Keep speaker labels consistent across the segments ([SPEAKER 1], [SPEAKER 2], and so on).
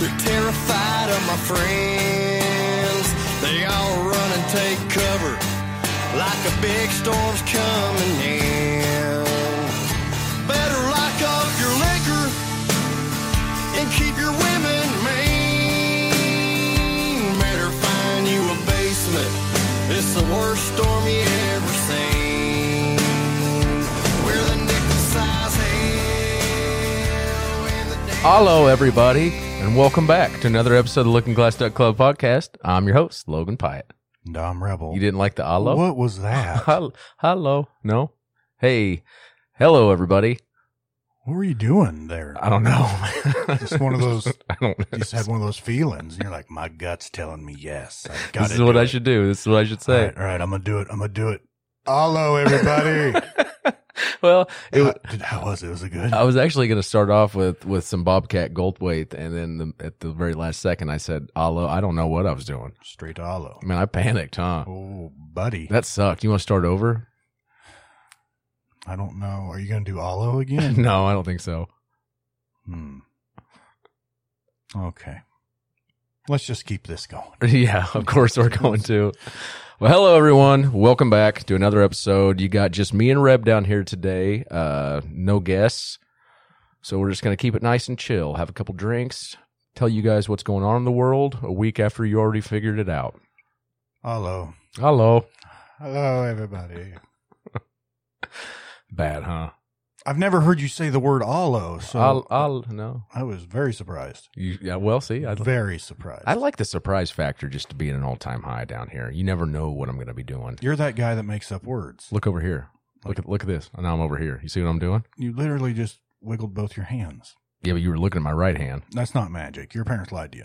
[SPEAKER 1] They're terrified of my friends. They all run and take cover like a big storm's coming in. Better lock up your liquor and keep your women mean. Better find you a basement. It's the worst storm you ever seen. We're the nickel size hell and the
[SPEAKER 2] Hello, everybody, and welcome back to another episode of the Looking Glass Duck Club podcast. I'm your host, Logan Pyatt.
[SPEAKER 3] Dom Rebel.
[SPEAKER 2] You didn't like the hello?
[SPEAKER 3] What was that? what
[SPEAKER 2] Hel- Hello? No? Hey, hello, everybody.
[SPEAKER 3] were you doing there?
[SPEAKER 2] I don't know.
[SPEAKER 3] Just one of those.
[SPEAKER 2] I don't know.
[SPEAKER 3] You just had one of those feelings. And you're like, my gut's telling me yes. I got
[SPEAKER 2] This is what I should do. This is what I should
[SPEAKER 3] All
[SPEAKER 2] say.
[SPEAKER 3] right, all right, I'm gonna do it. I'm gonna do it. Hello, everybody.
[SPEAKER 2] well, it,
[SPEAKER 3] how,
[SPEAKER 2] w-
[SPEAKER 3] did- how was it? Was it good?
[SPEAKER 2] I was actually going to start off with, with some Bobcat Goldthwait, and then the, at the very last second, I said, hello. I don't know what I was doing.
[SPEAKER 3] Straight to hello.
[SPEAKER 2] Man, I panicked, huh?
[SPEAKER 3] Oh, buddy.
[SPEAKER 2] Mm. That sucked. You want to start over?
[SPEAKER 3] I don't know. Are you gonna do hello again?
[SPEAKER 2] no, Oh, I don't think so.
[SPEAKER 3] Hmm. Okay. Let's just keep this going.
[SPEAKER 2] Yeah, of course we're going to. Well, hello everyone. Welcome back to another episode. You got just me and Reb down here today. Uh, no guests. So we're just going to keep it nice and chill. Have a couple drinks. Tell you guys what's going on in the world a week after you already figured it out.
[SPEAKER 3] Hello.
[SPEAKER 2] Hello.
[SPEAKER 3] Hello, everybody.
[SPEAKER 2] Bad, huh?
[SPEAKER 3] I've never heard you say the word hello, so
[SPEAKER 2] I'll, I'll, no.
[SPEAKER 3] I was very surprised.
[SPEAKER 2] You, yeah, well, see, I,
[SPEAKER 3] very surprised.
[SPEAKER 2] I like the surprise factor just to be at an all time high down here. You never know what I'm going to be doing.
[SPEAKER 3] You're that guy that makes up words.
[SPEAKER 2] Look over here. Look at, look at this. Now I'm over here. You see what I'm doing?
[SPEAKER 3] You literally just wiggled both your hands.
[SPEAKER 2] Yeah, but you were looking at my right hand.
[SPEAKER 3] That's not magic. Your parents lied to you.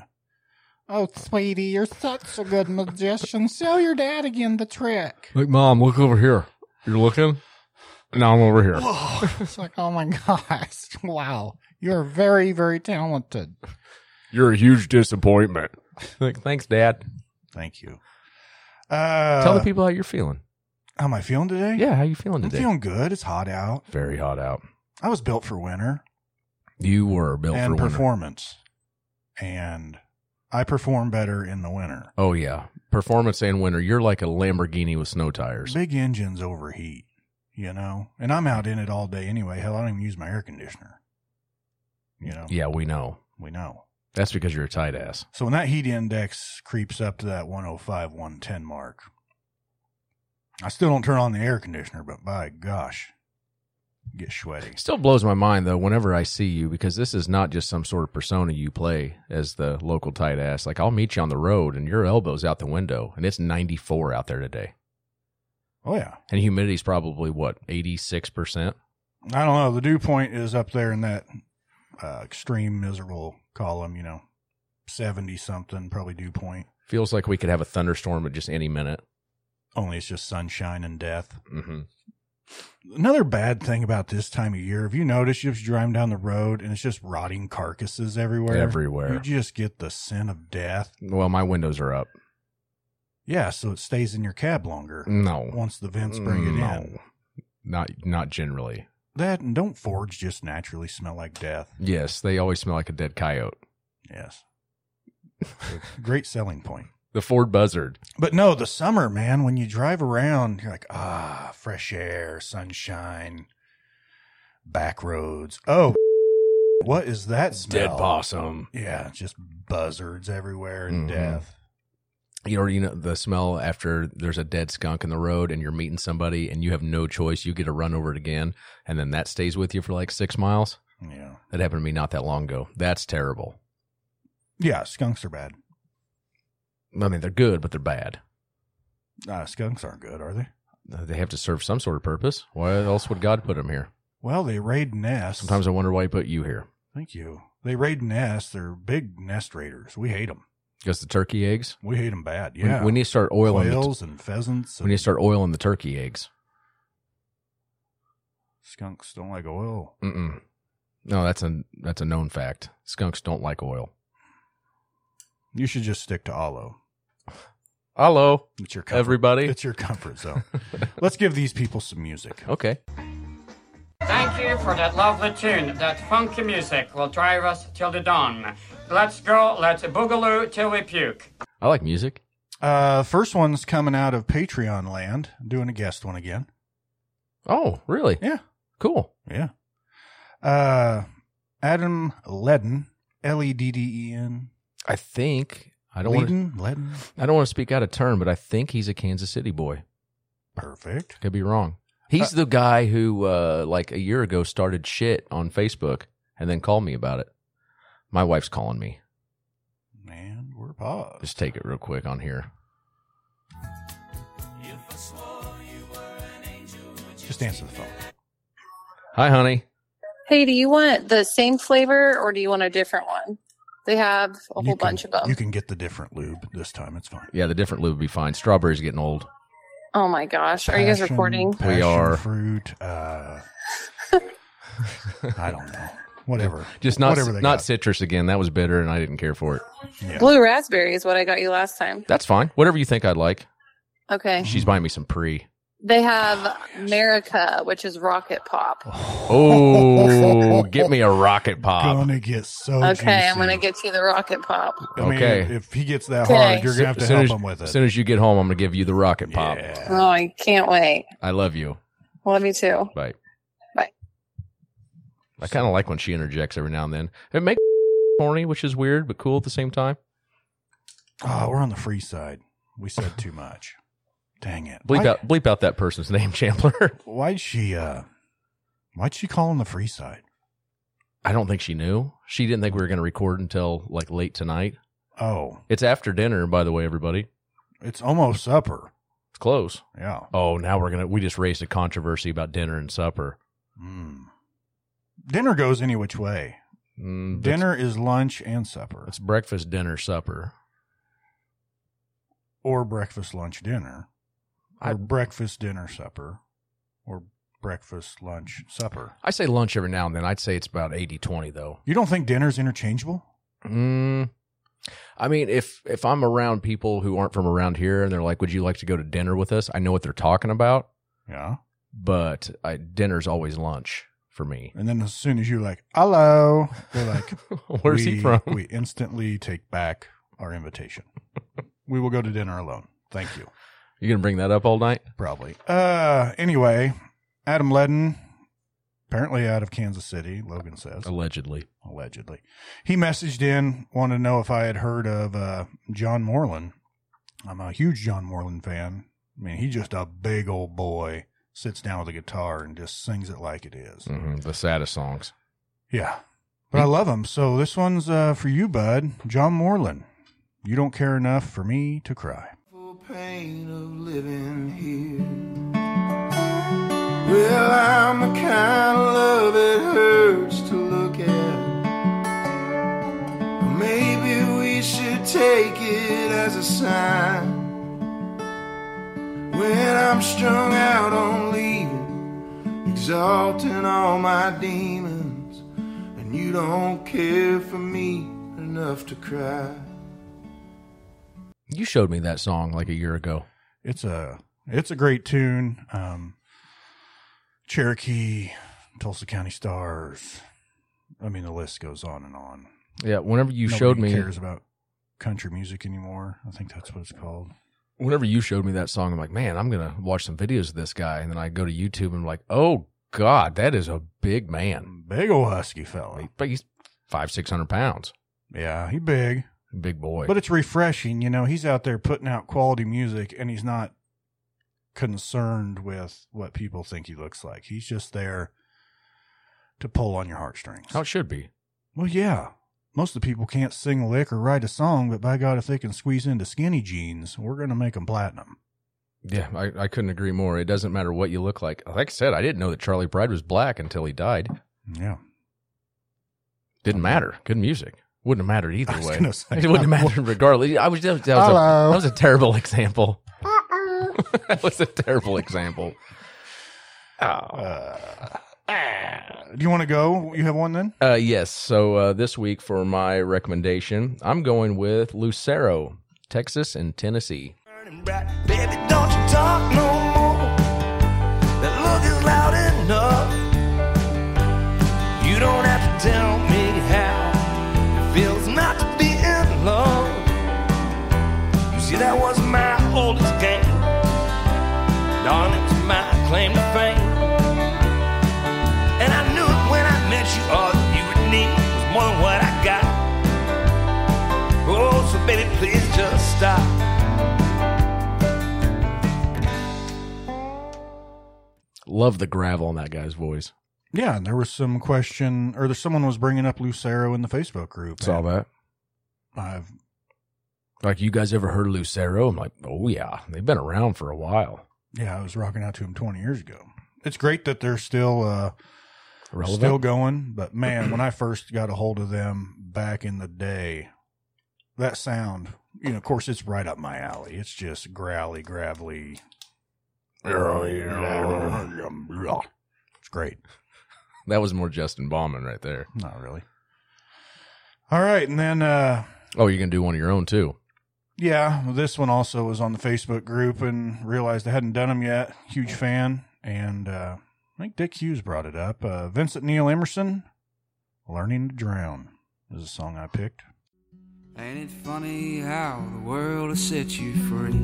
[SPEAKER 4] Oh, sweetie, you're such a good magician. Show your dad again the trick.
[SPEAKER 2] Like, mom, look over here. You're looking? No, I'm over here.
[SPEAKER 4] It's like, oh my gosh. Wow. You're very, very talented.
[SPEAKER 2] You're a huge disappointment. like, thanks, Dad.
[SPEAKER 3] Thank you. Uh,
[SPEAKER 2] Tell the people how you're feeling.
[SPEAKER 3] How am I feeling today?
[SPEAKER 2] Yeah, how you feeling
[SPEAKER 3] I'm
[SPEAKER 2] today?
[SPEAKER 3] feeling good. It's hot out.
[SPEAKER 2] Very hot out.
[SPEAKER 3] I was built for winter
[SPEAKER 2] You were built
[SPEAKER 3] and
[SPEAKER 2] for winter.
[SPEAKER 3] performance, and I perform better in the winter.
[SPEAKER 2] Oh yeah, performance and winter. You're like a Lamborghini with snow tires.
[SPEAKER 3] Big engines overheat, you know, and I'm out in it all day anyway. Hell, I don't even use my air conditioner. You know,
[SPEAKER 2] Yeah, we know.
[SPEAKER 3] we know.
[SPEAKER 2] That's because you're a tight ass.
[SPEAKER 3] So when that heat index creeps up to that 105, 110 mark, I still don't turn on the air conditioner, but by gosh, it gets sweaty.
[SPEAKER 2] Still blows my mind though whenever I see you because this is not just some sort of persona you play as the local tight ass. Like I'll meet you on the road and your elbow's out the window and it's 94 out there today.
[SPEAKER 3] Oh yeah,
[SPEAKER 2] And humidity's probably what, 86%?
[SPEAKER 3] I don't know. The dew point is up there in that uh, extreme miserable column. You know, seventy something probably dew point.
[SPEAKER 2] Feels like we could have a thunderstorm at just any minute.
[SPEAKER 3] Only it's just sunshine and death.
[SPEAKER 2] Mm-hmm.
[SPEAKER 3] Another bad thing about this time of year, if you notice, if you drive down the road and it's just rotting carcasses everywhere, you
[SPEAKER 2] Everywhere.
[SPEAKER 3] just get the scent of death.
[SPEAKER 2] Well, my windows are up.
[SPEAKER 3] Yeah, so it stays in your cab longer.
[SPEAKER 2] No,
[SPEAKER 3] once the vents bring it in.
[SPEAKER 2] Mm. No. not not generally.
[SPEAKER 3] That and don't forge just naturally smell like death.
[SPEAKER 2] Yes, they always smell like a dead coyote.
[SPEAKER 3] Yes. Great selling point.
[SPEAKER 2] The Ford Buzzard.
[SPEAKER 3] But no, the summer, man, when you drive around, you're like, ah, fresh air, sunshine, back roads. Oh, what is that smell?
[SPEAKER 2] possum.
[SPEAKER 3] Yeah, just buzzards everywhere and
[SPEAKER 2] Mhm.
[SPEAKER 3] death.
[SPEAKER 2] You already know the smell after there's a dead skunk in the road and you're meeting somebody and you have no choice. You get to run over it again, and then that stays with you for like six miles.
[SPEAKER 3] Yeah.
[SPEAKER 2] That happened to me not that long ago. That's terrible.
[SPEAKER 3] Yeah, skunks are bad.
[SPEAKER 2] I mean, they're good, but they're bad.
[SPEAKER 3] Uh, skunks aren't good, are they?
[SPEAKER 2] They have to serve some sort of purpose. Why else would God put them here?
[SPEAKER 3] Well, they raid nests.
[SPEAKER 2] Sometimes I wonder why he put you here.
[SPEAKER 3] Thank you. They raid nests. They're big nest raiders. We hate them.
[SPEAKER 5] Because the turkey eggs.
[SPEAKER 3] We hate them bad.
[SPEAKER 5] We-
[SPEAKER 3] Yeah.
[SPEAKER 5] We, need to start oiling. The,
[SPEAKER 3] quails and pheasants.
[SPEAKER 5] we need to
[SPEAKER 3] And
[SPEAKER 5] start oiling the turkey eggs.
[SPEAKER 3] skunks don't like oil.
[SPEAKER 5] Mm-mm. No, that's a that's a known fact. Skunks don't like oil.
[SPEAKER 3] You should just stick to aloe.
[SPEAKER 5] Hello,
[SPEAKER 3] It's your comfort.
[SPEAKER 5] everybody.
[SPEAKER 3] It's your comfort zone. Let's give these people some music.
[SPEAKER 5] Okay.
[SPEAKER 4] Thank you for that lovely tune. That funky music will drive us till the dawn. Let's go, let's boogaloo till we puke.
[SPEAKER 5] I like music.
[SPEAKER 3] Uh, first one's coming out of Patreon land. I'm doing a guest one again.
[SPEAKER 5] Oh, really?
[SPEAKER 3] Yeah.
[SPEAKER 5] Cool.
[SPEAKER 3] Yeah. Uh, Adam Ledden, L E D D E N.
[SPEAKER 5] I think I don't want to,
[SPEAKER 3] Ledden, Ledden.
[SPEAKER 5] I don't want to speak out of turn, but I think he's a Kansas City boy.
[SPEAKER 3] Perfect.
[SPEAKER 5] Could be wrong.
[SPEAKER 3] Uh,
[SPEAKER 5] He's the guy who uh like a year ago started shit on Facebook and then called me about it. My wife's calling me.
[SPEAKER 3] And we're paused.
[SPEAKER 5] Just take it real quick on here.
[SPEAKER 3] Just answer the phone.
[SPEAKER 5] Hi, honey.
[SPEAKER 6] Hey, do you want the same flavor or do you want a different one? They have a
[SPEAKER 3] You
[SPEAKER 6] whole
[SPEAKER 3] can-
[SPEAKER 6] bunch of them.
[SPEAKER 3] You can get the different lube this time. It's fine.
[SPEAKER 5] Yeah, the different lube would be fine. Strawberry's getting old.
[SPEAKER 6] Oh my gosh. Are you guys
[SPEAKER 3] Passion-
[SPEAKER 6] recording?
[SPEAKER 3] Passion
[SPEAKER 5] are.
[SPEAKER 3] Fruit. Uh, I don't know. Whatever.
[SPEAKER 5] Just not
[SPEAKER 3] Whatever
[SPEAKER 5] not
[SPEAKER 3] they got.
[SPEAKER 5] citrus again. That was bitter, and I didn't care for it.
[SPEAKER 6] Blue raspberry is what I got you last time.
[SPEAKER 5] That's fine. Whatever you think I'd like.
[SPEAKER 6] Okay.
[SPEAKER 5] She's buying me some pre.
[SPEAKER 6] They have America, which is rocket pop.
[SPEAKER 5] Oh, get me a rocket pop.
[SPEAKER 3] Gonna get so.
[SPEAKER 6] okay, I'm
[SPEAKER 3] Oh, juicy.
[SPEAKER 6] going to get you the rocket pop.
[SPEAKER 3] I mean,
[SPEAKER 5] Okay.
[SPEAKER 3] if- if he gets that
[SPEAKER 6] Okay.
[SPEAKER 3] hard, you're gonna have to
[SPEAKER 5] As soon
[SPEAKER 3] help
[SPEAKER 5] as-
[SPEAKER 3] him with
[SPEAKER 5] As
[SPEAKER 3] it.
[SPEAKER 5] soon as you get home, I'm gonna give you the rocket pop.
[SPEAKER 3] Yeah.
[SPEAKER 6] Oh, I can't wait.
[SPEAKER 5] I love you.
[SPEAKER 6] Love you too.
[SPEAKER 5] Bye.
[SPEAKER 6] Bye.
[SPEAKER 5] I kind of like when she interjects every now and then. It makes horny, which is weird but cool at the same time.
[SPEAKER 3] Oh, we're on the free side. We said too much. Dang it.
[SPEAKER 5] Bleep
[SPEAKER 3] Why-
[SPEAKER 5] out, bleep out that person's name, Chandler.
[SPEAKER 3] Why'd she? uh Why'd she call on the free side?
[SPEAKER 5] I don't think she knew. She didn't think we were going to record until like late tonight.
[SPEAKER 3] Oh,
[SPEAKER 5] It's after dinner, by the way, everybody.
[SPEAKER 3] it's almost supper.
[SPEAKER 5] It's close.
[SPEAKER 3] Yeah.
[SPEAKER 5] Oh, now we're gonna. We just raised a controversy about dinner and supper.
[SPEAKER 3] Mm. Dinner goes any which way.
[SPEAKER 5] Mm, that's-
[SPEAKER 3] Dinner is lunch and supper,
[SPEAKER 5] It's breakfast, dinner, supper.
[SPEAKER 3] or breakfast, lunch, dinner, or
[SPEAKER 5] I-
[SPEAKER 3] breakfast, dinner, supper, or breakfast, lunch, supper.
[SPEAKER 5] I say lunch every now and then. I'd say it's about 80-20, though.
[SPEAKER 3] You don't think dinner's interchangeable?
[SPEAKER 5] Mm, I mean, if if I'm around people who aren't from around here and they're like, "Would you like to go to dinner with us?" I know what they're talking about,
[SPEAKER 3] Yeah.
[SPEAKER 5] but I, dinner's always lunch for me.
[SPEAKER 3] And then as soon as you're like, hello, they're like,
[SPEAKER 5] Where's
[SPEAKER 3] we-
[SPEAKER 5] he from?
[SPEAKER 3] We instantly take back our invitation. we will go to dinner alone. Thank you.
[SPEAKER 5] You gonna bring that up all night?
[SPEAKER 3] Probably. Uh, anyway, Adam Ledden, apparently out of Kansas City, Logan says.
[SPEAKER 5] Allegedly.
[SPEAKER 3] allegedly. He messaged in, wanted to know if I had heard of uh, John Moreland. I'm a huge John Moreland fan. I mean, he's just a big old boy, sits down with a guitar and just sings it like it is.
[SPEAKER 5] hmm The saddest songs.
[SPEAKER 3] Yeah. But I love him. So this one's uh, for you, bud. John Moreland. You don't care enough for me to cry.
[SPEAKER 7] Full pain of living here. Well, I'm the kind of love it hurts to look at. Maybe we should take it as a sign. When I'm strung out on leaving, exalting all my demons, and you don't care for me enough to cry.
[SPEAKER 5] You showed me that song like a year ago.
[SPEAKER 3] It's a it's a great tune. Um, Cherokee, Tulsa County Stars. I mean, the list goes on and on.
[SPEAKER 5] Yeah, whenever you
[SPEAKER 3] Nobody
[SPEAKER 5] showed me,
[SPEAKER 3] cares about country music anymore. I think that's what it's called.
[SPEAKER 5] whenever you showed me that song, I'm like, man, I'm gonna watch some videos of this guy, and then I go to YouTube and I'm like, oh god, that is a big man.
[SPEAKER 3] Big old husky fella.
[SPEAKER 5] But he's five, six hundred pounds,
[SPEAKER 3] Yeah, he big,
[SPEAKER 5] big boy.
[SPEAKER 3] but it's refreshing. You know, he's out there putting out quality music, and he's not concerned with what people think he looks like. He's just there to pull on your heartstrings.
[SPEAKER 5] how it should be.
[SPEAKER 3] Well, yeah. Most of the people can't sing a lick or write a song, but by God, if they can squeeze into skinny jeans, we're going to make them platinum.
[SPEAKER 5] Yeah, I, I couldn't agree more. It doesn't matter what you look like. Like I said, I didn't know that Charlie Pride was black until he died.
[SPEAKER 3] Yeah.
[SPEAKER 2] Didn't matter. Good music. Wouldn't have mattered either way.
[SPEAKER 3] gonna say,
[SPEAKER 2] it wouldn't have mattered regardless. I was that was, that was, a,
[SPEAKER 8] Hello.
[SPEAKER 2] that was a terrible example. that was a terrible example.
[SPEAKER 3] Uh,
[SPEAKER 5] Ah.
[SPEAKER 3] Do you want to go? You have one then?
[SPEAKER 2] Uh, yes. So uh, this week for my recommendation, I'm going with Lucero, Texas and Tennessee.
[SPEAKER 9] Turning bright. Baby, don't you talk no more. That look is loud enough. You don't have to tell me how it feels not to be in love. You see, that was my oldest game. Darn, it's my claim to fame. And I knew it when I met you, all that you would need was more than what I got. Oh, so baby, please just stop.
[SPEAKER 2] Love the gravel in that guy's voice.
[SPEAKER 3] Yeah, and there was some question, or there's someone was bringing up Lucero in the Facebook group.
[SPEAKER 2] Saw that.
[SPEAKER 3] I've,
[SPEAKER 2] Like you guys ever heard of Lucero? I'm like, oh yeah, they've been around for a while.
[SPEAKER 3] yeah, I was rocking out to him 20 years ago. It's great that they're still uh,
[SPEAKER 2] Relevant.
[SPEAKER 3] still going, but man, when I first got a hold of them back in the day, that sound, you know, of course, it's right up my alley. It's just growly, gravelly. It's great.
[SPEAKER 2] that was more Justin Bauman right there.
[SPEAKER 3] Not really. All right, and then uh,
[SPEAKER 2] Oh, you're gonna do one of your own too.
[SPEAKER 3] Yeah, well, this one also was on the Facebook group and realized I hadn't done them yet. Huge fan. And uh, I think Dick Hughes brought it up. Uh, Vincent Neil Emerson, Learning to Drown is a song I picked.
[SPEAKER 7] Ain't it funny how the world has set you free?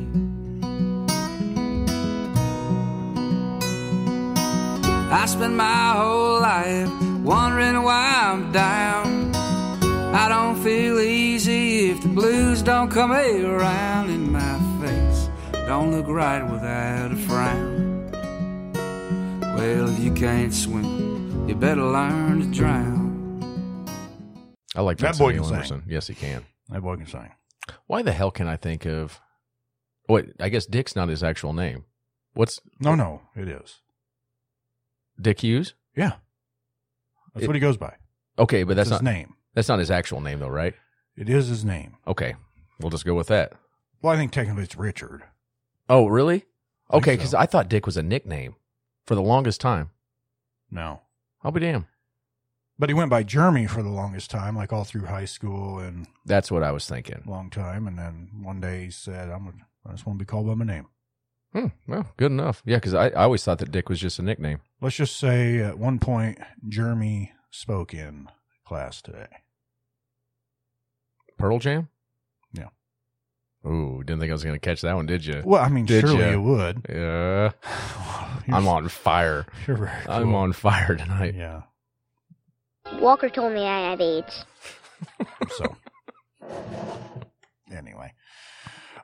[SPEAKER 7] I spend my whole life wondering why I'm down. I don't feel easy if the blues don't come around, and my face don't look right without a frown. Well, if you can't swim, you better learn to drown.
[SPEAKER 2] I like
[SPEAKER 3] That
[SPEAKER 2] Vincent
[SPEAKER 3] boy
[SPEAKER 2] Neil
[SPEAKER 3] can sing.
[SPEAKER 2] Emerson. Yes, he can.
[SPEAKER 3] That boy can sing.
[SPEAKER 2] Why the hell can I think of? Wait, I guess Dick's not his actual name. What's
[SPEAKER 3] No, no, it is.
[SPEAKER 2] Dick Hughes?
[SPEAKER 3] Yeah. That's
[SPEAKER 2] It-
[SPEAKER 3] what he goes by.
[SPEAKER 2] Okay, but
[SPEAKER 3] That's
[SPEAKER 2] that's
[SPEAKER 3] his
[SPEAKER 2] not
[SPEAKER 3] name.
[SPEAKER 2] that's not his actual name though, right?
[SPEAKER 3] It is his name.
[SPEAKER 2] Okay, we'll just go with that.
[SPEAKER 3] Well, I think technically it's Richard.
[SPEAKER 2] Oh, really?
[SPEAKER 3] I think
[SPEAKER 2] Okay, because
[SPEAKER 3] so.
[SPEAKER 2] I thought Dick was a nickname for the longest time.
[SPEAKER 3] No.
[SPEAKER 2] I'll be damned.
[SPEAKER 3] But he went by Jeremy for the longest time, like all through high school and
[SPEAKER 2] That's what I was thinking.
[SPEAKER 3] long time. And then one day he said, I'm, gonna- I just want to be called by my name.
[SPEAKER 2] Hmm, well, good enough. Yeah, because I, I always thought that Dick was just a nickname.
[SPEAKER 3] Let's just say at one point, Jeremy spoke in class today.
[SPEAKER 2] Pearl Jam?
[SPEAKER 3] Yeah.
[SPEAKER 2] Ooh, didn't think I was going to catch that one, did you?
[SPEAKER 3] Well, I mean,
[SPEAKER 2] Did
[SPEAKER 3] surely
[SPEAKER 2] ya?
[SPEAKER 3] you would.
[SPEAKER 2] Yeah. I'm on fire.
[SPEAKER 3] You're very cool.
[SPEAKER 2] I'm on fire tonight.
[SPEAKER 3] Yeah.
[SPEAKER 10] Walker told me I have AIDS.
[SPEAKER 3] So, anyway.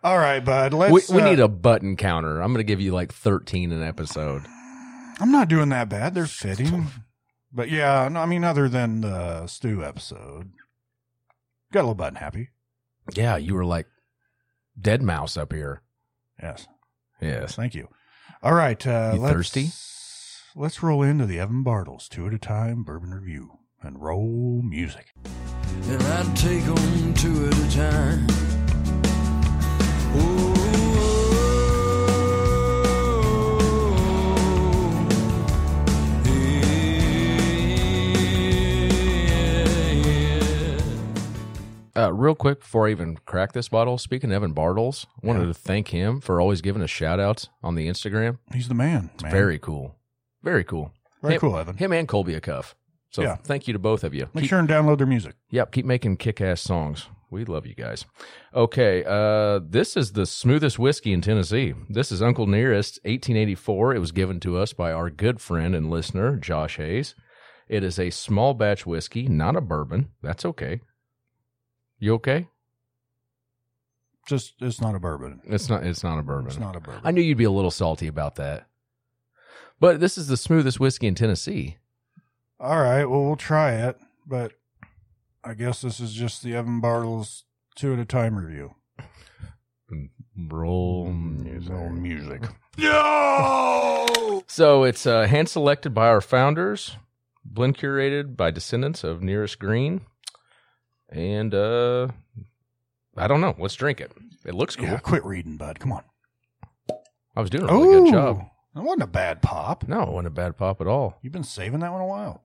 [SPEAKER 3] All right, bud. Let's.
[SPEAKER 2] we, we need
[SPEAKER 3] uh,
[SPEAKER 2] a button counter. I'm going to give you like 13 an episode.
[SPEAKER 3] I'm not doing that bad. They're fitting. But yeah, no, I mean, other than the stew episode, got a little button happy.
[SPEAKER 2] Yeah, you were like dead mouse up here.
[SPEAKER 3] Yes.
[SPEAKER 2] Yes.
[SPEAKER 3] Thank you. All right. Uh,
[SPEAKER 2] You
[SPEAKER 3] let's,
[SPEAKER 2] thirsty?
[SPEAKER 3] Let's roll into the Evan Bartles two at a time bourbon review and roll music.
[SPEAKER 7] and I'd take 'em two at a time. Ooh, yeah, yeah.
[SPEAKER 2] Uh, real quick before I even crack this bottle, speaking of Evan Bartles, wanted
[SPEAKER 3] Yeah.
[SPEAKER 2] to thank him for always giving us shout outs on the Instagram.
[SPEAKER 3] He's the man. man.
[SPEAKER 2] Very cool. Very cool.
[SPEAKER 3] Very
[SPEAKER 2] him,
[SPEAKER 3] cool, Evan.
[SPEAKER 2] Him and Colby a cuff. So
[SPEAKER 3] Yeah.
[SPEAKER 2] thank you to both of you.
[SPEAKER 3] Make
[SPEAKER 2] Keep-
[SPEAKER 3] sure and download their music.
[SPEAKER 2] Yep, keep making kick ass songs. We love you guys. Okay, uh, this is the smoothest whiskey in Tennessee. This is Uncle Nearest 1884. It was given to us by our good friend and listener, Josh Hayes. It is a small batch whiskey, not a bourbon. That's okay. You okay?
[SPEAKER 3] Just it's not a bourbon.
[SPEAKER 2] It's not it's not a bourbon.
[SPEAKER 3] It's not a bourbon.
[SPEAKER 2] I knew you'd be a little salty about that. But this is the smoothest whiskey in Tennessee.
[SPEAKER 3] All right. Well, we'll try it, but I guess this is just the Evan Bartles two at a time review.
[SPEAKER 2] Roll
[SPEAKER 3] Mm, Roll music.
[SPEAKER 2] So it's uh, hand selected by our founders, blend curated by descendants of Nearest Green, And uh I don't know. Let's drink it. It looks cool.
[SPEAKER 3] Yeah, quit reading, bud. Come on.
[SPEAKER 2] I was doing a really good
[SPEAKER 3] Ooh,
[SPEAKER 2] job.
[SPEAKER 3] That wasn't a bad pop.
[SPEAKER 2] No, it wasn't a bad pop at all.
[SPEAKER 3] You've been saving that one a while.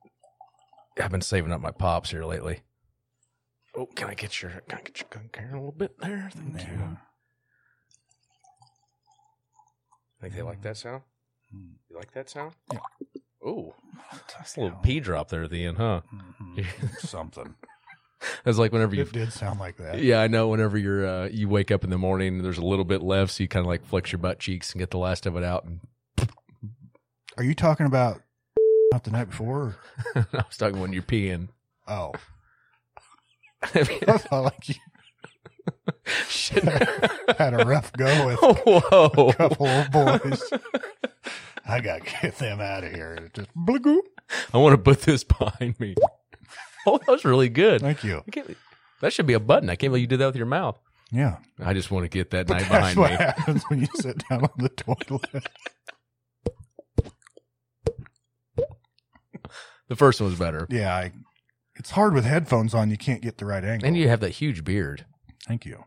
[SPEAKER 2] I've been saving up my pops here lately. Oh, can I get your can I get your gun care a little bit there? Thank you.
[SPEAKER 3] Yeah.
[SPEAKER 2] Think they like that sound? You like that sound?
[SPEAKER 3] Hmm. Yeah.
[SPEAKER 2] Ooh, that's a little pee drop there at the end, huh?
[SPEAKER 3] Mhm. Something.
[SPEAKER 2] That's like whenever you.
[SPEAKER 3] It did sound like that.
[SPEAKER 2] Yeah, I know. Whenever you're uh, you wake up in the morning, and there's a little bit left, so you kind of like flex your butt cheeks and get the last of it out. And
[SPEAKER 3] Are you talking about not the night before?
[SPEAKER 2] I was talking when you're peeing.
[SPEAKER 3] Oh, I thought like you
[SPEAKER 2] Shit.
[SPEAKER 3] had a rough go with
[SPEAKER 2] Whoa.
[SPEAKER 3] a couple of boys. I got to get them out of here. Just blagoo.
[SPEAKER 2] I want to put this behind me. Oh, that was really good.
[SPEAKER 3] Thank you.
[SPEAKER 2] I can't, that should be a button. I can't believe you did that with your mouth.
[SPEAKER 3] Yeah.
[SPEAKER 2] I just want to get that night
[SPEAKER 3] That's
[SPEAKER 2] behind
[SPEAKER 3] what
[SPEAKER 2] me.
[SPEAKER 3] happens when you sit down on the toilet.
[SPEAKER 2] The first one was better.
[SPEAKER 3] yeah. I, it's hard with headphones on. You can't get the right angle.
[SPEAKER 2] And you have that huge beard.
[SPEAKER 3] Thank you.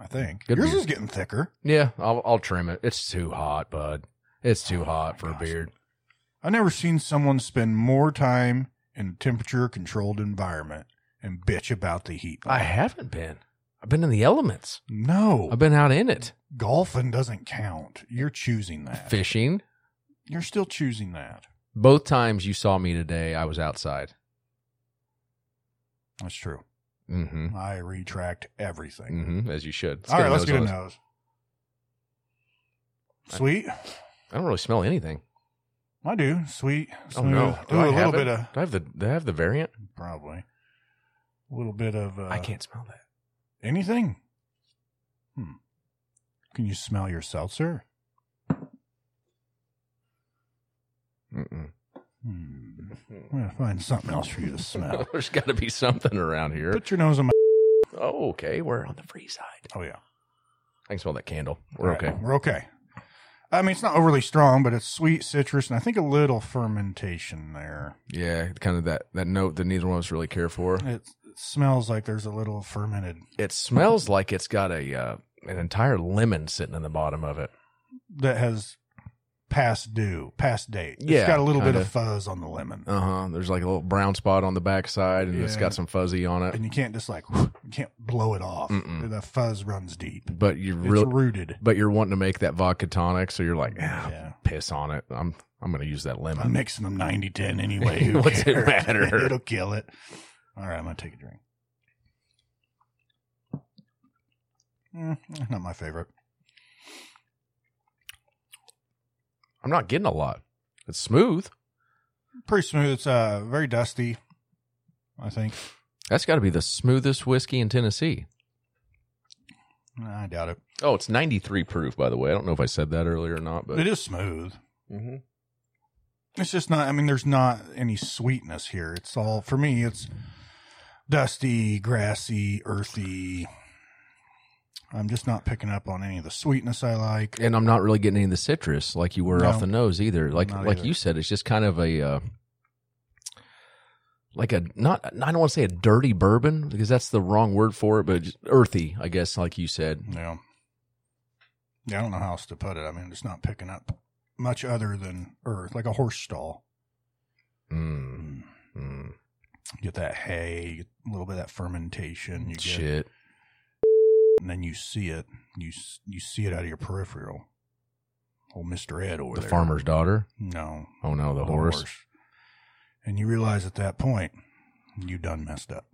[SPEAKER 3] I think.
[SPEAKER 2] Good
[SPEAKER 3] Yours
[SPEAKER 2] beard.
[SPEAKER 3] is getting thicker.
[SPEAKER 2] Yeah, I'll, I'll trim it. It's too hot, bud. It's too hot for a beard.
[SPEAKER 3] I've never seen someone spend more time in a temperature controlled environment and bitch about the heat.
[SPEAKER 2] I haven't been. I've been in the elements.
[SPEAKER 3] no.
[SPEAKER 2] I've been out in it.
[SPEAKER 3] golfing doesn't count. You're choosing that.
[SPEAKER 2] Fishing.
[SPEAKER 3] You're still choosing that.
[SPEAKER 2] Both times you saw me today, I was outside.
[SPEAKER 3] That's true.
[SPEAKER 2] Mm-hmm.
[SPEAKER 3] I retract everything.
[SPEAKER 2] Mm-hmm. As you should.
[SPEAKER 3] All right,
[SPEAKER 2] a
[SPEAKER 3] let's
[SPEAKER 2] nose
[SPEAKER 3] get a
[SPEAKER 2] on this.
[SPEAKER 3] nose. Sweet.
[SPEAKER 2] I don't really smell anything.
[SPEAKER 3] I do. Sweet.
[SPEAKER 2] Oh
[SPEAKER 3] Smooth.
[SPEAKER 2] no.
[SPEAKER 3] Ooh,
[SPEAKER 2] I
[SPEAKER 3] a
[SPEAKER 2] have
[SPEAKER 3] little
[SPEAKER 2] it?
[SPEAKER 3] bit of
[SPEAKER 2] Do I have the do I have the variant?
[SPEAKER 3] probably. A little bit of uh,
[SPEAKER 2] I can't smell that.
[SPEAKER 3] anything. Hmm. Can you smell your seltzer?
[SPEAKER 2] Mm-mm.
[SPEAKER 3] Hmm. I'm gonna find something else for you to smell.
[SPEAKER 2] There's got to be something around here.
[SPEAKER 3] Put your nose on my.
[SPEAKER 2] Oh, okay. We're on the free side.
[SPEAKER 3] Oh yeah.
[SPEAKER 2] I can smell that candle. We're
[SPEAKER 3] All right,
[SPEAKER 2] okay.
[SPEAKER 3] We're okay. I mean, it's not overly strong, but it's sweet citrus, and I think a little fermentation there.
[SPEAKER 2] Yeah, kind of that that note that neither one of us really care for.
[SPEAKER 3] It, it smells like there's a little fermented.
[SPEAKER 2] It smells like it's got a uh, an entire lemon sitting in the bottom of it.
[SPEAKER 3] that has past due, past date.
[SPEAKER 2] Yeah,
[SPEAKER 3] it's got a little bit
[SPEAKER 2] kinda.
[SPEAKER 3] of fuzz on the lemon,
[SPEAKER 2] Uh huh. There's like a little brown spot on the backside, and it's
[SPEAKER 3] Yeah.
[SPEAKER 2] got some fuzzy on it.
[SPEAKER 3] and you can't just like you can't blow it off.
[SPEAKER 2] Mm-mm.
[SPEAKER 3] The fuzz runs deep.
[SPEAKER 2] But you
[SPEAKER 3] It's
[SPEAKER 2] really,
[SPEAKER 3] rooted.
[SPEAKER 2] but you're wanting to make that vodka tonic, so you're like, ah,
[SPEAKER 3] Yeah.
[SPEAKER 2] piss on it. I'm I'm gonna use that
[SPEAKER 3] I'm
[SPEAKER 2] lemon.
[SPEAKER 3] mixing them 90 10 anyway. Who
[SPEAKER 2] What's it
[SPEAKER 3] cares?
[SPEAKER 2] matter?
[SPEAKER 3] It'll kill it. All right, I'm gonna take a drink. Mm, not my favorite.
[SPEAKER 2] I'm not getting a lot. It's smooth.
[SPEAKER 3] Pretty smooth. It's uh very dusty. I think.
[SPEAKER 2] That's got to be the smoothest whiskey in Tennessee.
[SPEAKER 3] Nah, I doubt it.
[SPEAKER 2] Oh, it's 93 proof, by the way. I don't know if I said that earlier or not, but
[SPEAKER 3] it is smooth.
[SPEAKER 2] Mhm.
[SPEAKER 3] It's just not. I mean, there's not any sweetness here. It's all for me. It's dusty, grassy, earthy. I'm just not picking up on any of the sweetness I like.
[SPEAKER 2] and I'm not really getting any of the citrus like you were
[SPEAKER 3] No.
[SPEAKER 2] off the nose either. Like
[SPEAKER 3] Not
[SPEAKER 2] like
[SPEAKER 3] either.
[SPEAKER 2] you said, it's just kind of a uh, like a not I don't want to say a dirty bourbon because that's the wrong word for it, but just earthy, I guess, like you said.
[SPEAKER 3] Yeah. Yeah, I don't know how else to put it. I mean, it's not picking up much other than earth, like a horse stall.
[SPEAKER 2] Mm, mm,
[SPEAKER 3] You get that hay, you get a little bit of that fermentation. You get,
[SPEAKER 2] shit.
[SPEAKER 3] and then you see it. You s- you see it out of your peripheral. Old Mister Ed over
[SPEAKER 2] The
[SPEAKER 3] there.
[SPEAKER 2] farmer's daughter.
[SPEAKER 3] No,
[SPEAKER 2] Oh no, the,
[SPEAKER 3] the
[SPEAKER 2] horse.
[SPEAKER 3] And you realize at that point, you done messed up.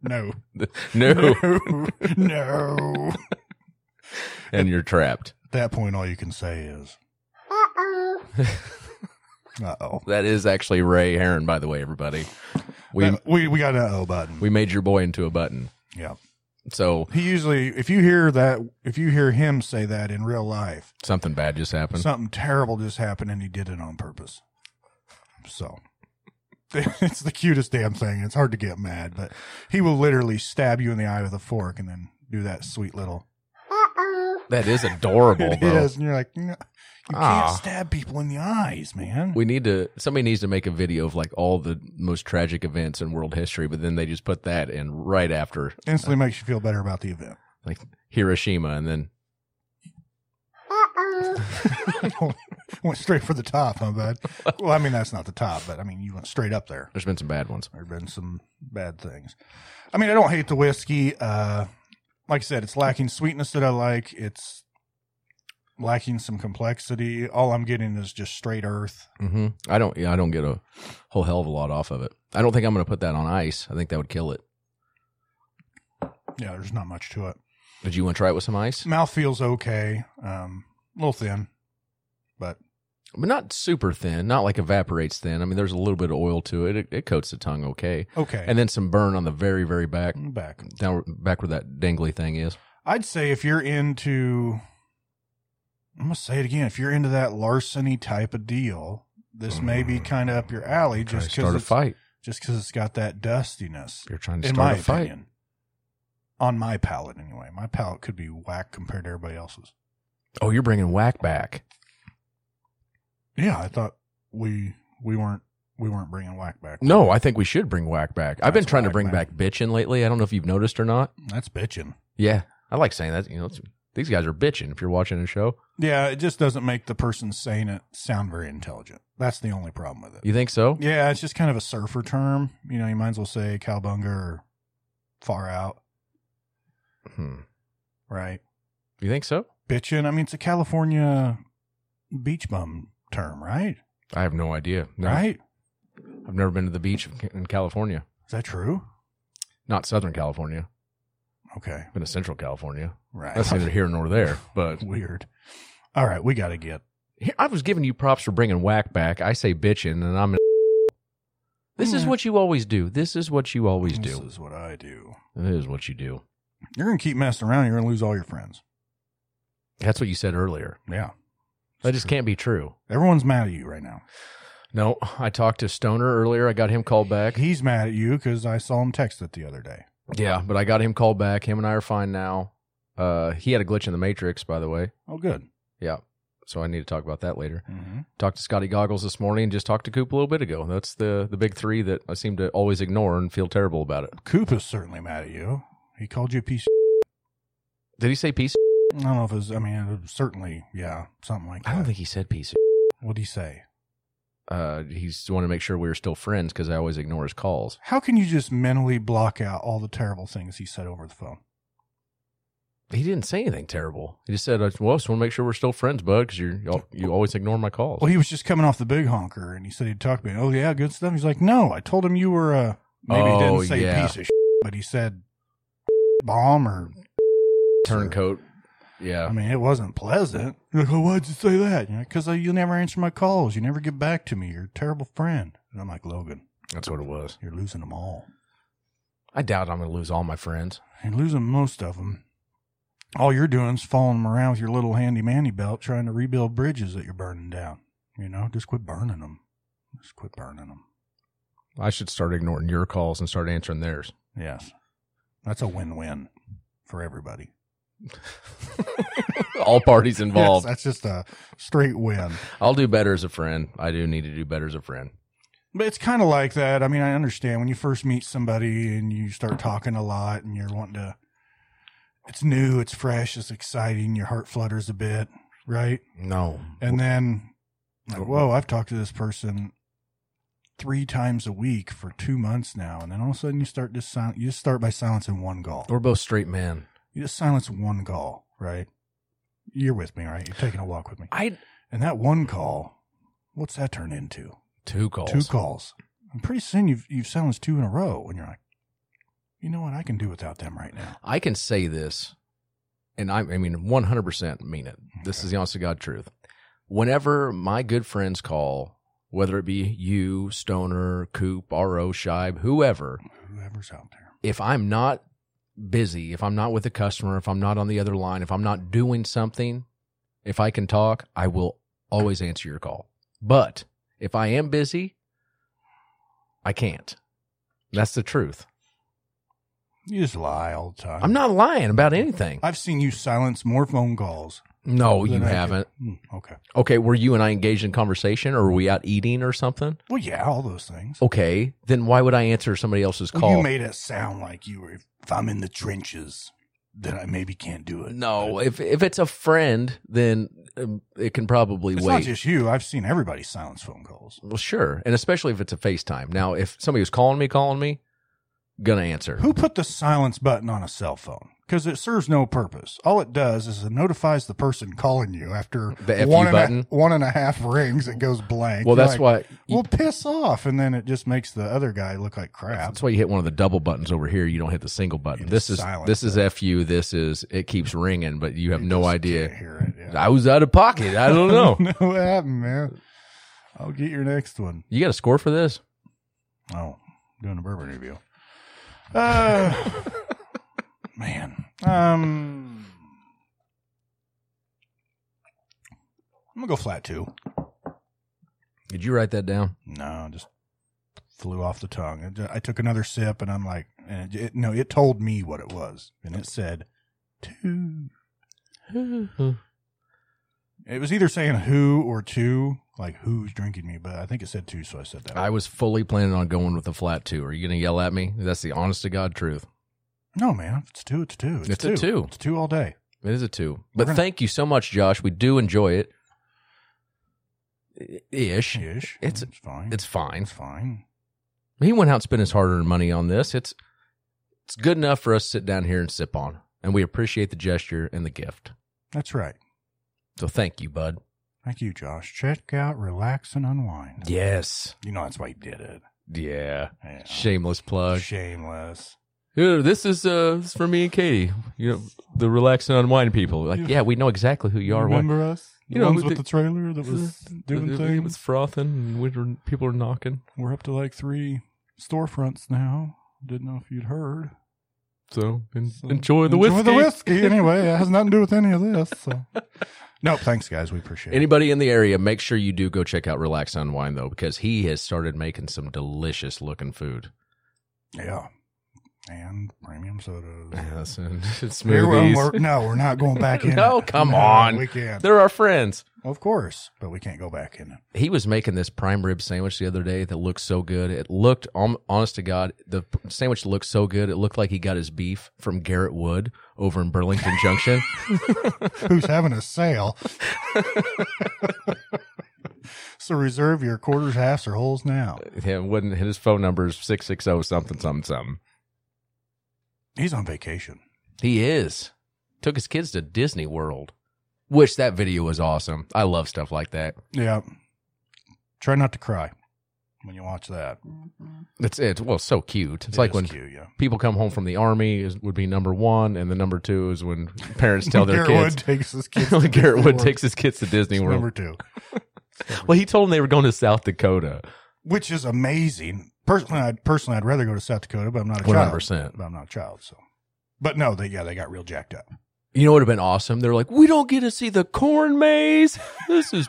[SPEAKER 3] no.
[SPEAKER 2] no,
[SPEAKER 3] no.
[SPEAKER 2] and you're trapped.
[SPEAKER 3] At that point, all you can say is,
[SPEAKER 11] Uh-oh.
[SPEAKER 3] uh oh.
[SPEAKER 2] That is actually Ray Heron, by the way, everybody. We
[SPEAKER 3] We, we, we got an uh oh button.
[SPEAKER 2] we made your boy into a button.
[SPEAKER 3] yeah.
[SPEAKER 2] So
[SPEAKER 3] He usually, if you hear that, if you hear him say that in real life,
[SPEAKER 2] something bad just happened.
[SPEAKER 3] something terrible just happened and he did it on purpose. So it's the cutest damn thing. It's hard to get mad, but he will literally stab you in the eye with a fork and then do that sweet little.
[SPEAKER 11] Uh-oh.
[SPEAKER 2] that is adorable,
[SPEAKER 3] It
[SPEAKER 2] bro.
[SPEAKER 3] is, and you're like, "No." You
[SPEAKER 2] Ah.
[SPEAKER 3] can't stab people in the eyes, man.
[SPEAKER 2] We need to. Somebody needs to make a video of like all the most tragic events in world history, but then they just put that in right after
[SPEAKER 3] Instantly makes you feel better about the event.
[SPEAKER 2] like Hiroshima, and then
[SPEAKER 3] went straight for the top, huh, bud? Well, I mean, that's not the top, but I mean, you went straight up there.
[SPEAKER 2] there's been some bad ones.
[SPEAKER 3] There have been some bad things. I mean, I don't hate the whiskey. Uh, like I said, it's lacking sweetness that I like. It's lacking some complexity. All I'm getting is just straight earth.
[SPEAKER 2] hmm I don't. Yeah, I don't get a whole hell of a lot off of it. I don't think I'm going to put that on ice. I think that would kill it.
[SPEAKER 3] Yeah, there's not much to it.
[SPEAKER 2] Did you want to try it with some ice?
[SPEAKER 3] Mouth feels okay. Um, a little thin, but
[SPEAKER 2] But not super thin. Not like evaporates thin. I mean, there's a little bit of oil to it. It, it coats the tongue okay,
[SPEAKER 3] okay.
[SPEAKER 2] and then some burn on the very very back,
[SPEAKER 3] I'm back.
[SPEAKER 2] down back where that dangly thing is.
[SPEAKER 3] I'd say if you're into, I'm gonna say it again. If you're into that larceny type of deal, this may be kind of up your alley,
[SPEAKER 12] Trying to
[SPEAKER 3] just
[SPEAKER 12] Mm. start a
[SPEAKER 3] because
[SPEAKER 2] Fight.
[SPEAKER 3] just because it's got that dustiness.
[SPEAKER 2] You're trying to
[SPEAKER 3] in
[SPEAKER 2] start
[SPEAKER 3] my
[SPEAKER 2] a fight.
[SPEAKER 3] opinion, on my palate anyway. My palate could be whack compared to everybody else's.
[SPEAKER 2] Oh, you're bringing whack back.
[SPEAKER 3] Yeah, I thought we we weren't we weren't bringing whack back.
[SPEAKER 2] No, I think we should bring whack back. I've been
[SPEAKER 3] That's
[SPEAKER 2] trying to
[SPEAKER 3] whack,
[SPEAKER 2] bring
[SPEAKER 3] man.
[SPEAKER 2] back bitchin' lately. I don't know if you've noticed or not.
[SPEAKER 3] that's bitching.
[SPEAKER 2] Yeah, I like saying that. You know, it's, these guys are bitching. If you're watching a show,
[SPEAKER 3] Yeah, it just doesn't make the person saying it sound very intelligent. That's the only problem with it.
[SPEAKER 2] you think so?
[SPEAKER 3] Yeah, it's just kind of a surfer term. You know, you might as well say cowbunga or far out,
[SPEAKER 2] Hmm.
[SPEAKER 3] right?
[SPEAKER 2] You think so?
[SPEAKER 3] Bitchin'. I mean, it's a California beach bum term, right?
[SPEAKER 2] I have no idea. No,
[SPEAKER 3] Right?
[SPEAKER 2] I've never been to the beach in California.
[SPEAKER 3] Is that true?
[SPEAKER 2] Not Southern California.
[SPEAKER 3] Okay,
[SPEAKER 2] I've been to Central California.
[SPEAKER 3] right.
[SPEAKER 2] That's neither here nor there. But
[SPEAKER 3] weird. All right, we got to get.
[SPEAKER 2] Here- I was giving you props for bringing whack back. I say bitching, and I'm. An this is what you always do. Mm. This is what you always
[SPEAKER 3] this
[SPEAKER 2] do.
[SPEAKER 3] is what I do.
[SPEAKER 2] It is what you do.
[SPEAKER 3] You're gonna keep messing around. You're gonna lose all your friends.
[SPEAKER 2] That's what you said earlier.
[SPEAKER 3] Yeah,
[SPEAKER 2] That just can't be true.
[SPEAKER 3] everyone's mad at you right now.
[SPEAKER 2] No, I talked to Stoner earlier. I got him called back.
[SPEAKER 3] He's mad at you because I saw him text it the other day.
[SPEAKER 2] yeah, but I got him called back. Him and I are fine now. Uh, he had a glitch in the matrix, by the way.
[SPEAKER 3] Oh, good.
[SPEAKER 2] Yeah, so I need to talk about that later.
[SPEAKER 3] Mm-hmm.
[SPEAKER 2] Talked to Scotty Goggles this morning. Just talked to Coop a little bit ago. That's the the big three that I seem to always ignore and feel terrible about it.
[SPEAKER 3] Coop is certainly mad at you. He called you a piece.
[SPEAKER 2] Did he say piece?
[SPEAKER 3] I don't know if it was, I mean, it was certainly, yeah, something like that.
[SPEAKER 2] I don't think he said piece.
[SPEAKER 3] What'd he say?
[SPEAKER 2] Uh, he's wanted to make sure we were still friends because I always ignore his calls.
[SPEAKER 3] How can you just mentally block out all the terrible things he said over the phone?
[SPEAKER 2] He didn't say anything terrible. He just said, "I just- "Well, just want to make sure we're still friends, bud, because you you always ignore my calls."
[SPEAKER 3] Well, he was just coming off the big honker and he said he'd talk to me. Oh, yeah, good stuff. He's like, no, I told him you were, uh, maybe he
[SPEAKER 2] Oh,
[SPEAKER 3] didn't say
[SPEAKER 2] yeah.
[SPEAKER 3] piece of shit, but he said bomb or,
[SPEAKER 2] Turncoat. Yeah.
[SPEAKER 3] I mean, it wasn't pleasant. You're like, oh, why'd you say that? Because you never answer my calls. You never get back to me. You're a terrible friend. And I'm like, Logan,
[SPEAKER 2] That's what it was.
[SPEAKER 3] you're losing them all.
[SPEAKER 2] I doubt I'm going to lose all my friends.
[SPEAKER 3] You're losing most of them. All you're doing is following them around with your little handy manny belt, trying to rebuild bridges that you're burning down. You know, just quit burning them. Just quit burning them.
[SPEAKER 2] I should start ignoring your calls and start answering theirs.
[SPEAKER 3] Yes, that's a win-win for everybody.
[SPEAKER 2] all parties
[SPEAKER 3] Yes,
[SPEAKER 2] involved.
[SPEAKER 3] that's just a straight win.
[SPEAKER 2] I'll do better as a friend. I do need to do better as a friend.
[SPEAKER 3] But it's kind of like that. I mean, I understand when you first meet somebody and you start talking a lot and you're wanting to. It's new. It's fresh. It's exciting. Your heart flutters a bit, right?
[SPEAKER 2] No.
[SPEAKER 3] And then, like, whoa, I've talked to this person three times a week for two months now, and then all of a sudden you start just sil- you just start by silencing one gall.
[SPEAKER 2] We're both straight men.
[SPEAKER 3] You just silence one gall, right? You're with me, right? You're taking a walk with me,
[SPEAKER 2] I
[SPEAKER 3] and that one call, what's that turn into?
[SPEAKER 2] two calls.
[SPEAKER 3] Two calls. And pretty soon you've you've silenced two in a row, and you're like, you know what? I can do without them right now.
[SPEAKER 2] I can say this, and I, I mean 100% mean it. This is the honest to God truth. Whenever my good friends call, whether it be you, Stoner, Coop, R.O., Shibe, whoever,
[SPEAKER 3] Whoever's out there,
[SPEAKER 2] if I'm not busy, if I'm not with a customer, if I'm not on the other line, if I'm not doing something, if I can talk, I will always answer your call. But if I am busy, I can't. That's the truth.
[SPEAKER 3] you just lie all the time.
[SPEAKER 2] I'm not lying about anything.
[SPEAKER 3] I've seen you silence more phone calls
[SPEAKER 2] No,
[SPEAKER 3] Then
[SPEAKER 2] you
[SPEAKER 3] I could-
[SPEAKER 2] haven't.
[SPEAKER 3] Hmm, okay.
[SPEAKER 2] Okay, were you and I engaged in conversation, or were we out eating or something?
[SPEAKER 3] Well, yeah, all those things.
[SPEAKER 2] Okay, then why would I answer somebody else's
[SPEAKER 3] Well,
[SPEAKER 2] call?
[SPEAKER 3] you made it sound like you were. If I'm in the trenches, then I maybe can't do it.
[SPEAKER 2] no, if if it's a friend, then um, it can probably
[SPEAKER 3] It's
[SPEAKER 2] wait.
[SPEAKER 3] not just you. I've seen everybody silence phone calls.
[SPEAKER 2] well, sure, and especially if it's a FaceTime. Now, if somebody was calling me, calling me, gonna answer.
[SPEAKER 3] Who put the silence button on a cell phone? Because it serves no purpose. All it does is it notifies the person calling you after
[SPEAKER 2] The FU
[SPEAKER 3] one, and a-
[SPEAKER 2] button?
[SPEAKER 3] one and a half rings. It goes blank.
[SPEAKER 2] Well,
[SPEAKER 3] You're
[SPEAKER 2] that's
[SPEAKER 3] like,
[SPEAKER 2] why.
[SPEAKER 3] Well, piss off, and then it just makes the other guy look like crap.
[SPEAKER 2] That's why you hit one of the double buttons over here. You don't hit the single button.
[SPEAKER 3] It's
[SPEAKER 2] This is
[SPEAKER 3] silent,
[SPEAKER 2] this is fu. This is it keeps ringing, but you have no
[SPEAKER 3] I
[SPEAKER 2] idea.
[SPEAKER 3] hear it. Yeah.
[SPEAKER 2] I was out of pocket. I don't know.
[SPEAKER 3] what happened, man. I'll get your next one.
[SPEAKER 2] you got a score for this?
[SPEAKER 3] Oh, doing a bourbon review. Uh, man. Um, I'm going to go flat two.
[SPEAKER 2] Did you write that down?
[SPEAKER 3] No, it just flew off the tongue. It ju- I took another sip and I'm like, and it, it, no, it told me what it was. And it said two. It was either saying who or two, like who's drinking me, but I think it said two, so I said that.
[SPEAKER 2] I was fully planning on going with a flat two. Are you going to yell at me? That's the honest to God truth.
[SPEAKER 3] no, man, if it's two, it's two. It's,
[SPEAKER 2] It's
[SPEAKER 3] two.
[SPEAKER 2] a two.
[SPEAKER 3] It's two all day.
[SPEAKER 2] It is a two. But
[SPEAKER 3] gonna-
[SPEAKER 2] thank you so much, Josh. We do enjoy it. I- Ish.
[SPEAKER 3] Ish.
[SPEAKER 2] It's-
[SPEAKER 3] fine.
[SPEAKER 2] It's fine.
[SPEAKER 3] It's fine.
[SPEAKER 2] He went out and spent his hard earned money on this. It's it's good enough for us to sit down here and sip on. And we appreciate the gesture and the gift.
[SPEAKER 3] That's right.
[SPEAKER 2] So thank you, bud.
[SPEAKER 3] Thank you, Josh. Check out Relax and Unwind.
[SPEAKER 2] Yes.
[SPEAKER 3] You know that's why he did it.
[SPEAKER 2] Yeah.
[SPEAKER 3] Yeah.
[SPEAKER 2] Shameless plug.
[SPEAKER 3] Shameless.
[SPEAKER 2] Yeah, this is uh this is for me and Katie. You know, the relax and unwind people. Like, yeah, we know exactly who you are. Why-
[SPEAKER 3] Remember us? The
[SPEAKER 2] You know,
[SPEAKER 3] ones
[SPEAKER 2] the-
[SPEAKER 3] with the trailer that was doing
[SPEAKER 2] It was
[SPEAKER 3] things.
[SPEAKER 2] frothing and we were, people were knocking.
[SPEAKER 3] We're up to like three storefronts now. Didn't know if you'd heard.
[SPEAKER 2] So, en-
[SPEAKER 3] So,
[SPEAKER 2] enjoy the
[SPEAKER 3] enjoy
[SPEAKER 2] whiskey.
[SPEAKER 3] the whiskey. Anyway, it has nothing to do with any of this. So. nope. Thanks, guys. We appreciate it.
[SPEAKER 2] Anybody in the area, make sure you do go check out Relax and Unwind though, because he has started making some delicious looking food.
[SPEAKER 3] Yeah. And premium sodas.
[SPEAKER 2] Yes, and
[SPEAKER 3] Here, well,
[SPEAKER 2] smoothies.
[SPEAKER 3] we're- no, we're not going back in.
[SPEAKER 2] No,
[SPEAKER 3] it.
[SPEAKER 2] come
[SPEAKER 3] No,
[SPEAKER 2] on.
[SPEAKER 3] We can't.
[SPEAKER 2] They're our friends.
[SPEAKER 3] Of course, but we can't go back in it.
[SPEAKER 2] He was making this prime rib sandwich the other day that looked so good. It looked, um, honest to God, the p- sandwich looked so good. It looked like he got his beef from Garrett Wood over in Burlington Junction.
[SPEAKER 3] Who's having a sale? so reserve your quarters, halves, or holes now.
[SPEAKER 2] Him wouldn't his phone number is six six zero something something something.
[SPEAKER 3] He's on vacation.
[SPEAKER 2] He is. Took his kids to Disney World. Wish that video was awesome. I love stuff like that.
[SPEAKER 3] Yeah. Try not to cry when you watch that.
[SPEAKER 2] It's it's well so cute. It's
[SPEAKER 3] It
[SPEAKER 2] like
[SPEAKER 3] is
[SPEAKER 2] when
[SPEAKER 3] cute, yeah.
[SPEAKER 2] people come home from the army is, would be number one, and the number two is when parents tell their
[SPEAKER 3] Garrett Wood
[SPEAKER 2] kids.
[SPEAKER 3] takes his kids. to
[SPEAKER 2] Garrett Wood
[SPEAKER 3] Disney World.
[SPEAKER 2] takes his kids to Disney
[SPEAKER 3] It's
[SPEAKER 2] World.
[SPEAKER 3] Number two,
[SPEAKER 2] Well, he told them they were going to South Dakota.
[SPEAKER 3] which is amazing. Personally, I'd personally I'd rather go to South Dakota, but I'm not a
[SPEAKER 2] One hundred
[SPEAKER 3] child.
[SPEAKER 2] percent.
[SPEAKER 3] But I'm not a child, so. But no, they yeah they got real jacked up.
[SPEAKER 2] You know what would have been awesome? They're like, we don't get to see the corn maze. This is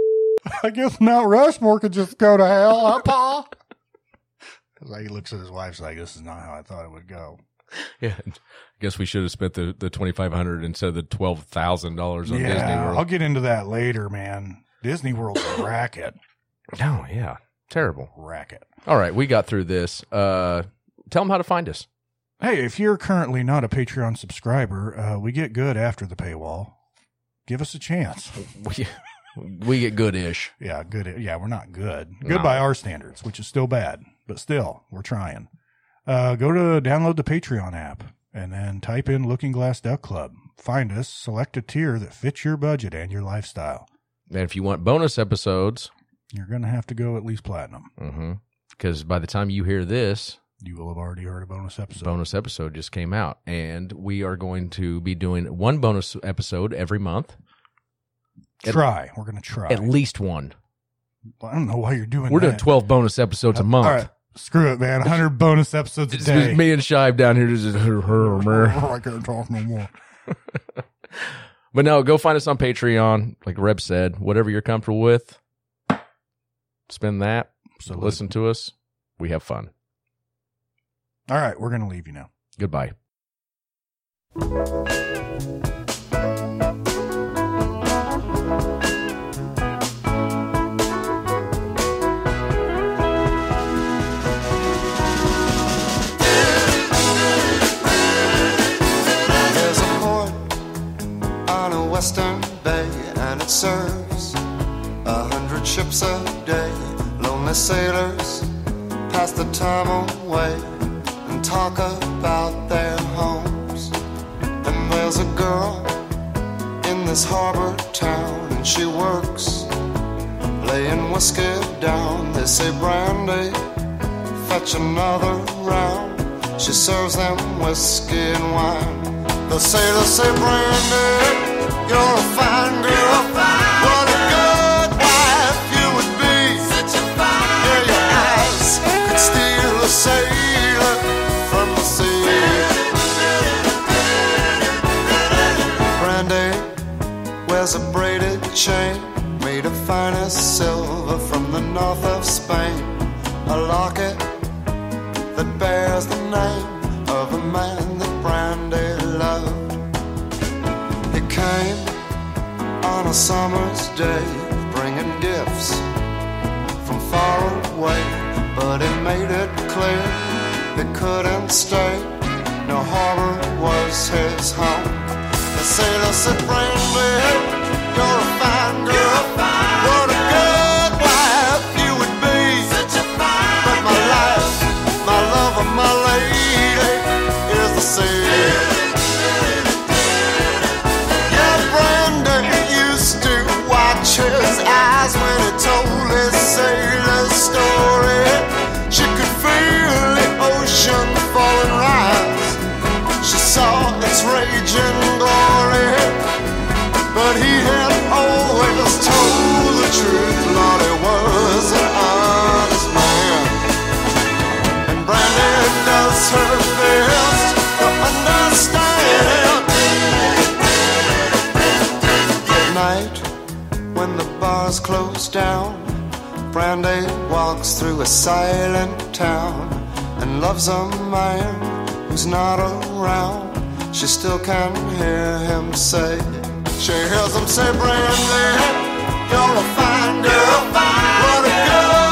[SPEAKER 3] I guess Mount Rushmore could just go to hell, huh, Pa? Like he looks at his wife's like, "This is not how I thought it would go."
[SPEAKER 2] yeah. I guess we should have spent the the twenty five hundred instead of the twelve thousand dollars on Disney
[SPEAKER 3] yeah, I'll
[SPEAKER 2] World.
[SPEAKER 3] get into that later, man. Disney World's a racket,
[SPEAKER 2] Oh, No, yeah, terrible.
[SPEAKER 3] racket.
[SPEAKER 2] All right, we got through this. Uh, tell them how to find us.
[SPEAKER 3] Hey, if you're currently not a Patreon subscriber, uh, we get good after the paywall. Give us a chance.
[SPEAKER 2] We, we get good ish.
[SPEAKER 3] Yeah, good. Yeah, we're not good. Good
[SPEAKER 2] No.
[SPEAKER 3] by our standards, which is still bad, but still, we're trying. Uh, go to download the Patreon app and then type in Looking Glass Duck Club. Find us, select a tier that fits your budget and your lifestyle.
[SPEAKER 2] And if you want bonus episodes,
[SPEAKER 3] You're going to have to go at least platinum.
[SPEAKER 2] Mm-hmm. because by the time you hear this,
[SPEAKER 3] You will have already heard a bonus episode.
[SPEAKER 2] bonus episode just came out, and we are going to be doing one bonus episode every month, at-
[SPEAKER 3] try. We're going to try.
[SPEAKER 2] at least one.
[SPEAKER 3] I don't know why you're doing
[SPEAKER 2] We're
[SPEAKER 3] that.
[SPEAKER 2] doing twelve bonus episodes a month.
[SPEAKER 3] All right. Screw it, man. 100 bonus episodes a
[SPEAKER 2] It's just
[SPEAKER 3] day.
[SPEAKER 2] me and Shive down here just
[SPEAKER 3] I can't talk no more.
[SPEAKER 2] But no, go find us on Patreon. Like Reb said, whatever you're comfortable with, spend that.
[SPEAKER 3] So
[SPEAKER 2] Listen to us. We have fun.
[SPEAKER 3] All right. We're going to leave you now.
[SPEAKER 2] Goodbye.
[SPEAKER 7] my sailors pass the time away and talk about their homes. And there's a girl in this harbor town, and she works laying whiskey down. They say, Brandy, fetch another round. She serves them whiskey and wine. The sailors say, Brandy, you're a fine girl. What a good wife you would be. Such a fine Yeah, your eyes could steal a sailor from the sea. Brandy wears a braided chain made of finest silver from the north of Spain. A locket that bears the name of a man that Brandy loved. He came on a summer's day, bringing gifts from far away, but he made it clear he couldn't stay. No harbor was his home. The sailor said, Brandy, you're a fine girl. What a good wife you would be. Such a fine But my life, my love of my lady is the sea. Yeah, Brandon used to watch his eyes when he told his sailor story. She could feel the ocean falling rise. She saw its raging glory. But he had always told the truth, Lord, he was an honest man. And Brandon does her best to understand. At night, when the bars close down, Brandy walks through a silent town and loves a man who's not around. She still can hear him say, She hears him say, Brandy, you're a fine girl. What a good